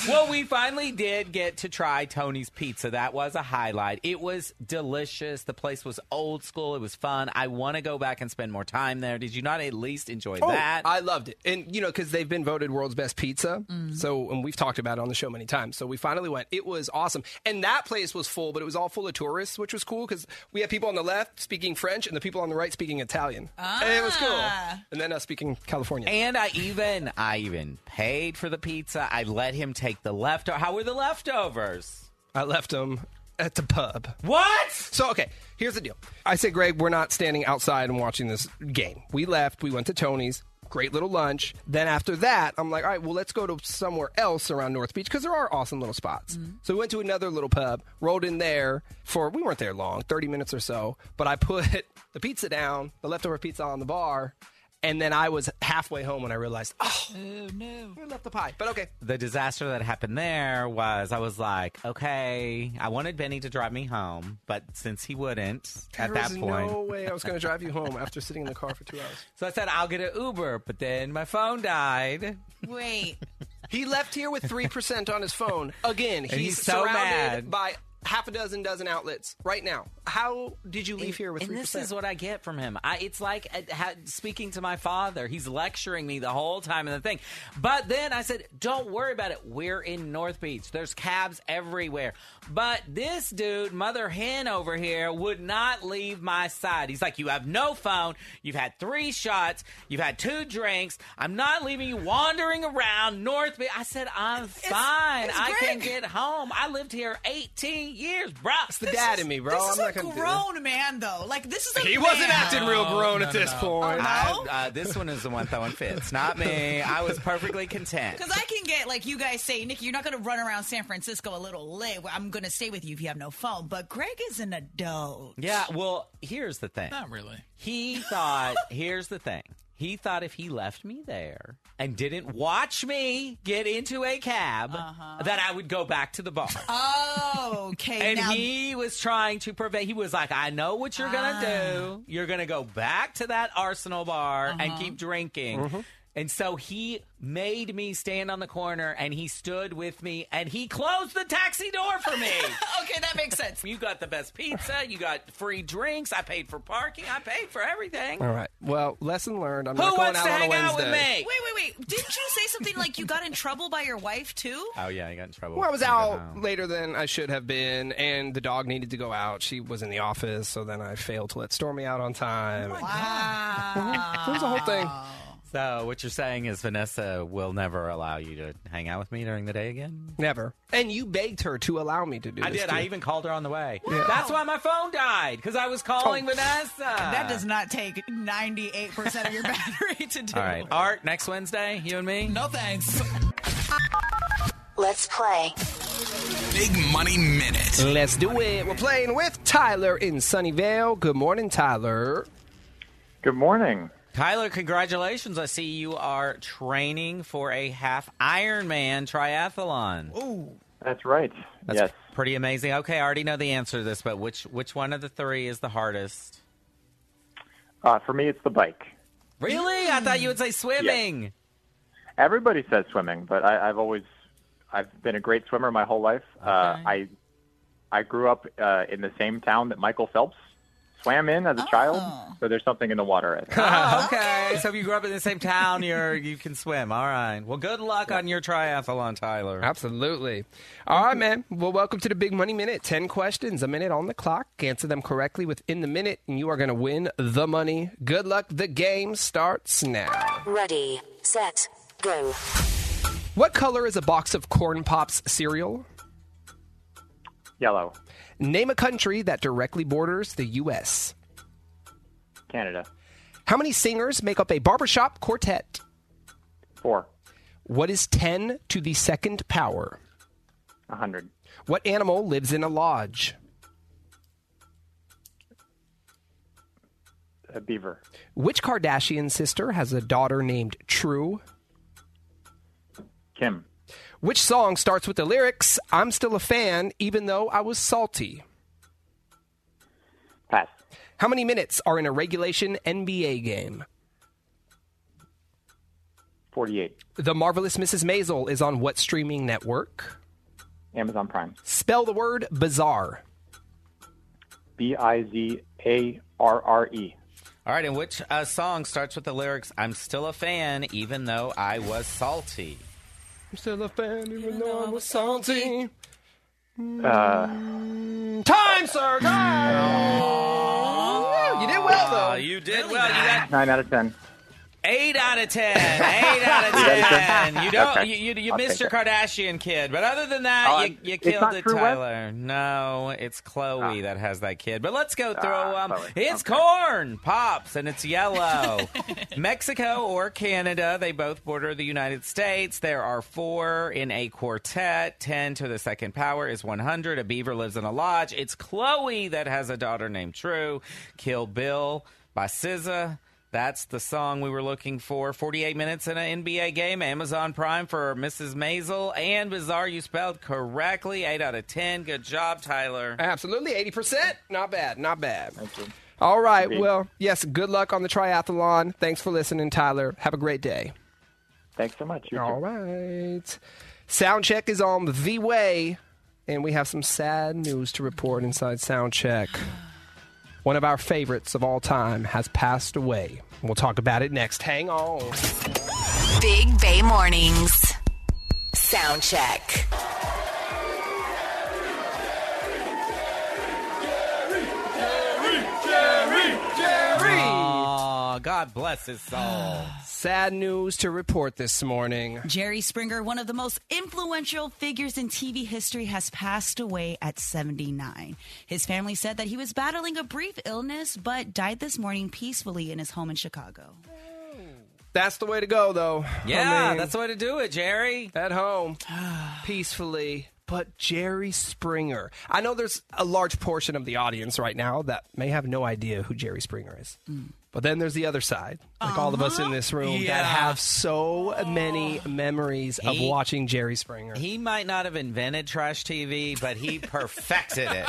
well, we finally did get to try Tony's Pizza. That was a highlight. It was delicious. The place was old school. It was fun. I want to go back and spend more time there. Did you not at least enjoy Oh, that? I loved it. And, you know, because they've been voted world's best pizza. So, and we've talked about it on the show many times. So we finally went. It was awesome. And that place was full, but it was all full of tourists, which was cool because we had people on the left speaking French and the people on the right speaking Italian. And it was cool. And then us speaking California. And I even I even paid for the pizza. I let him take the leftover. How were the leftovers? I left them at the pub. What? So okay, here's the deal. I said, Greg, we're not standing outside and watching this game. We left. We went to Tony's. Great little lunch. Then after that, I'm like, all right, well, let's go to somewhere else around North Beach because there are awesome little spots. So we went to another little pub, rolled in there for, we weren't there long, 30 minutes or so, but I put the pizza down, the leftover pizza on the bar, and then I was halfway home when I realized, oh, no. we left the pie. But okay, the disaster that happened there was I was like, okay, I wanted Benny to drive me home, but since he wouldn't at there that was point, no way I was going to drive you home after sitting in the car for two hours. so I said I'll get an Uber, but then my phone died. Wait. He left here with 3% on his phone. Again, he's, And he's so surrounded mad. by half a dozen dozen outlets right now. How did you leave here with and 3%? this is what I get from him. I, it's like uh, ha, speaking to my father. He's lecturing me the whole time in the thing. But then I said, "Don't worry about it. We're in North Beach. There's cabs everywhere." But this dude, Mother Hen over here, would not leave my side. He's like, "You have no phone. You've had three shots. You've had two drinks. I'm not leaving you wandering around North Beach." I said, "I'm fine. it's I can Greg. get home. I lived here 18 years, bro. It's the dad in me, bro. This I'm is not a gonna do this. grown man, though. Like this is a He wasn't man. acting real grown at this point. I, uh, this one is the one throwing fits, not me. I was perfectly content. Because I can get like you guys say, Nick, you're not going to run around San Francisco a little late. Well, I'm going to stay with you if you have no phone. But Greg is an adult. Yeah, well, here's the thing. Not really. He thought, here's the thing. He thought if he left me there and didn't watch me get into a cab, that I would go back to the bar. Oh, okay. And now, he was trying to prevent. He was like, "I know what you're gonna do. You're gonna go back to that Arsenal bar and keep drinking." Mm-hmm. And so he made me stand on the corner, and he stood with me, and he closed the taxi door for me. okay, that makes sense. you got the best pizza. You got free drinks. I paid for parking. I paid for everything. All right. Well, lesson learned. I'm Who not going wants out to on a hang out Wednesday. with me? Wait, wait, wait. Didn't you say something like you got in trouble by your wife too? Oh yeah, I got in trouble. Well, I was out later than I should have been, and the dog needed to go out. She was in the office, so then I failed to let Stormy out on time. Wow. It was a whole thing. So what you're saying is Vanessa will never allow you to hang out with me during the day again. Never. And you begged her to allow me to do I this. did. too. I even called her on the way. That's why my phone died because I was calling Vanessa. Oh. That does not take 98% of your battery to do. All right, Art. Next Wednesday, you and me. No thanks. Let's play. Big Money Minute. Let's do it. We're playing with Tyler in Sunnyvale. Good morning, Tyler. Good morning. Tyler, congratulations! I see you are training for a half Ironman triathlon. That's right. yes. Pretty amazing. Okay, I already know the answer to this, but which which one of the three is the hardest? Uh, for me, it's the bike. Really? I thought you would say swimming. Everybody says swimming, but I, I've always I've been a great swimmer my whole life. Uh, I I grew up uh, in the same town that Michael Phelps swam in as a child, so there's something in the water. I think. Uh-huh. Oh, okay. so if you grew up in the same town, you're you can swim. All right. Well, good luck on your triathlon, Tyler. Absolutely. All right, man. Well, welcome to the Big Money Minute. 10 questions, a minute on the clock. Answer them correctly within the minute, and you are going to win the money. Good luck. The game starts now. Ready, set, go. What color is a box of Corn Pops cereal? Yellow, Name a country that directly borders the U.S. Canada, How many singers make up a barbershop quartet? four, What is 10 to the second power? a hundred, What animal lives in a lodge? a Uh, beaver, Which Kardashian sister has a daughter named True? Kim, Which song starts with the lyrics, I'm still a fan, even though I was salty? pass, How many minutes are in a regulation NBA game? forty-eight, The Marvelous Mrs. Maisel is on what streaming network? Amazon Prime, Spell the word bizarre. B I Z A R R E, All right. And which uh, song starts with the lyrics "I'm still a fan, even though I was salty"? I'm still a fan, even though I was salty. Mm. uh, Time, sir! Time! You did well, Oh, though. you did well. You got nine out of ten. Eight out of ten. Eight out of Eight out of ten. ten. You don't. Okay. You, you, you I'll missed your take Kardashian kid, but other than that, Oh, you, you it's killed not it, True West? Tyler. No, it's Chloe that has that kid. But let's go through Ah, them. Chloe. It's corn pops and it's yellow. Mexico or Canada, they both border the United States. There are four in a quartet. Ten to the second power is one hundred. A beaver lives in a lodge. It's Chloe that has a daughter named True. Kill Bill by SZA. That's the song we were looking for. 48 minutes in an NBA game. Amazon Prime for Mrs. Maisel. And Bizarre, you spelled correctly. 8 out of 10. Good job, Tyler. Absolutely, 80%. Not bad, not bad. Thank you. All right. Indeed. Well, yes, good luck on the triathlon. Thanks for listening, Tyler. Have a great day. Thanks so much. You All right. Sound check is on the way, and we have some sad news to report inside sound check. One of our favorites of all time has passed away. We'll talk about it next. Hang on. Big Bay Mornings. Sound check. Aw, God bless his soul. Sad news to report this morning. Jerry Springer, one of the most influential figures in TV history, has passed away at 79. His family said that he was battling a brief illness, but died this morning peacefully in his home in Chicago. That's the way to go, though. Yeah, I mean, that's the way to do it, Jerry. at home peacefully. But Jerry Springer. I know there's a large portion of the audience right now that may have no idea who Jerry Springer is. Mm. But then there's the other side, like all of Uh-huh. us in this room Yeah. that have so many memories of Oh. He- watching Jerry Springer. He might not have invented trash TV, but he perfected it.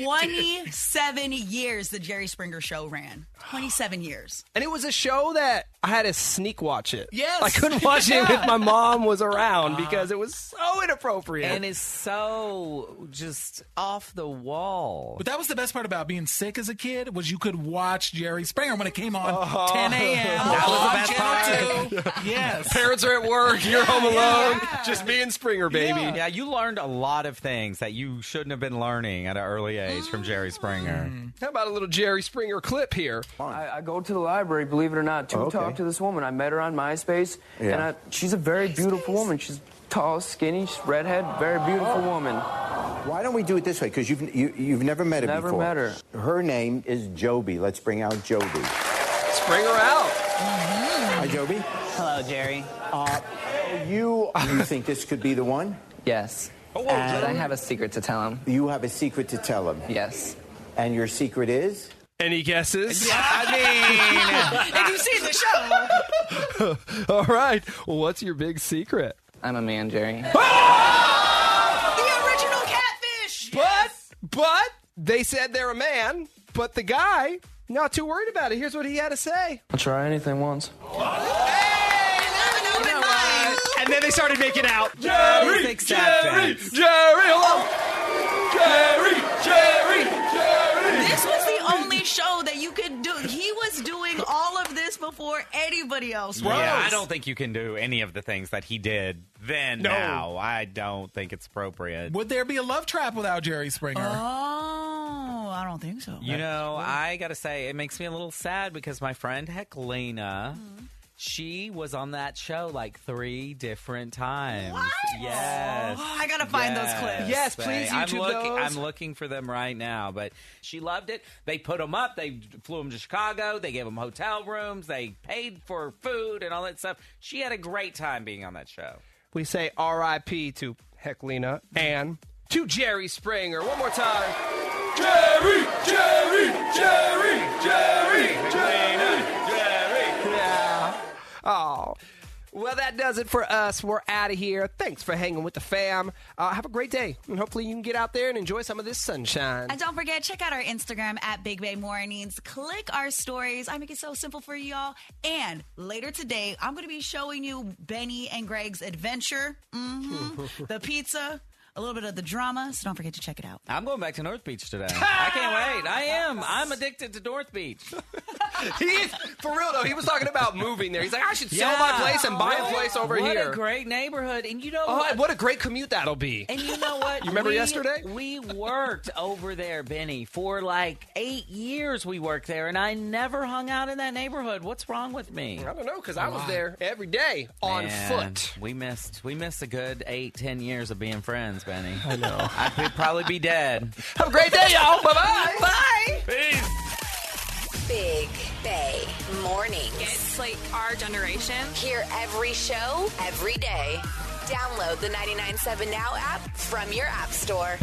27 years the Jerry Springer show ran. 27 years. and it was a show that I had to sneak watch it. Yes. I couldn't watch it if my mom was around because it was so inappropriate. Uh-huh. and is so just off the wall. But that was the best part about being sick as a kid was you could watch Jerry Springer when it came on 10 a.m. That was the best part. yes. Parents are at work, you're home alone, just me and Springer, baby. Yeah, you learned a lot of things that you shouldn't have been learning at an early age from Jerry Springer. How about a little Jerry Springer clip here? I, I go to the library, believe it or not, to talk to this woman. I met her on MySpace, and I, she's a very beautiful woman. She's tall, skinny, she's redhead, very beautiful woman. Why don't we do it this way? Because you've, you, you've never met her Never before. met her. Her name is Joby. Let's bring out Joby. Springer out. Hi, Joby. Hello, Jerry. You, you think this could be the one? Yes. Oh, But I have a secret to tell him. You have a secret to tell him. Yes. And your secret is? Any guesses? I mean, If you've seen the show, All right. Well, what's your big secret? I'm a man, Jerry. the original catfish. But but they said they're a man, but the guy not too worried about it. Here's what he had to say. I'll try anything once. And then they started making out. His acceptance. Jerry, hello. Jerry, Jerry, Jerry. This was the only show that you could do. He was doing all of this before anybody else. was. Yeah, I don't think you can do any of the things that he did then. Now, I don't think it's appropriate. Would there be a love trap without Jerry Springer? Oh, I don't think so. You know, I gotta say, it makes me a little sad because my friend Heclina, Mm-hmm. she was on that show like three different times. What? Yes. Oh, I gotta find those clips. Yes, please I'm YouTube looking, those. I'm looking for them right now. But she loved it. They put them up. They flew them to Chicago. They gave them hotel rooms. They paid for food and all that stuff. She had a great time being on that show. We say R.I.P. to Heclina and to Jerry Springer. One more time. Jerry, Jerry, Jerry, Jerry, Jerry, Jerry. Yeah. Oh. Well, that does it for us. We're out of here. Thanks for hanging with the fam. Uh, have a great day, and hopefully you can get out there and enjoy some of this sunshine. And don't forget, check out our Instagram at Big Bay Mornings. Click our stories. I make it so simple for y'all. And later today, I'm going to be showing you Benny and Greg's adventure, hmm the pizza, a little bit of the drama. So don't forget to check it out. I'm going back to North Beach today. I can't wait. I am. I'm addicted to North Beach. he is, for real though. He was talking about moving there. He's like, I should sell my Yeah. place and buy Really? a place over what here. a great neighborhood. And you know oh, what? and what a great commute that'll be. And you know what? You remember We- yesterday? We worked over there, Benny, for like eight years. We worked there, and I never hung out in that neighborhood. What's wrong with me? I don't know because I was there every day on Man, foot. We missed we missed a good eight, ten years of being friends, Benny. I know. I'd be- probably be dead. Have a great day, y'all. Bye bye. Bye. Big Bay Mornings. It's like our generation. Hear every show every day. Download the 997 Now app from your app store.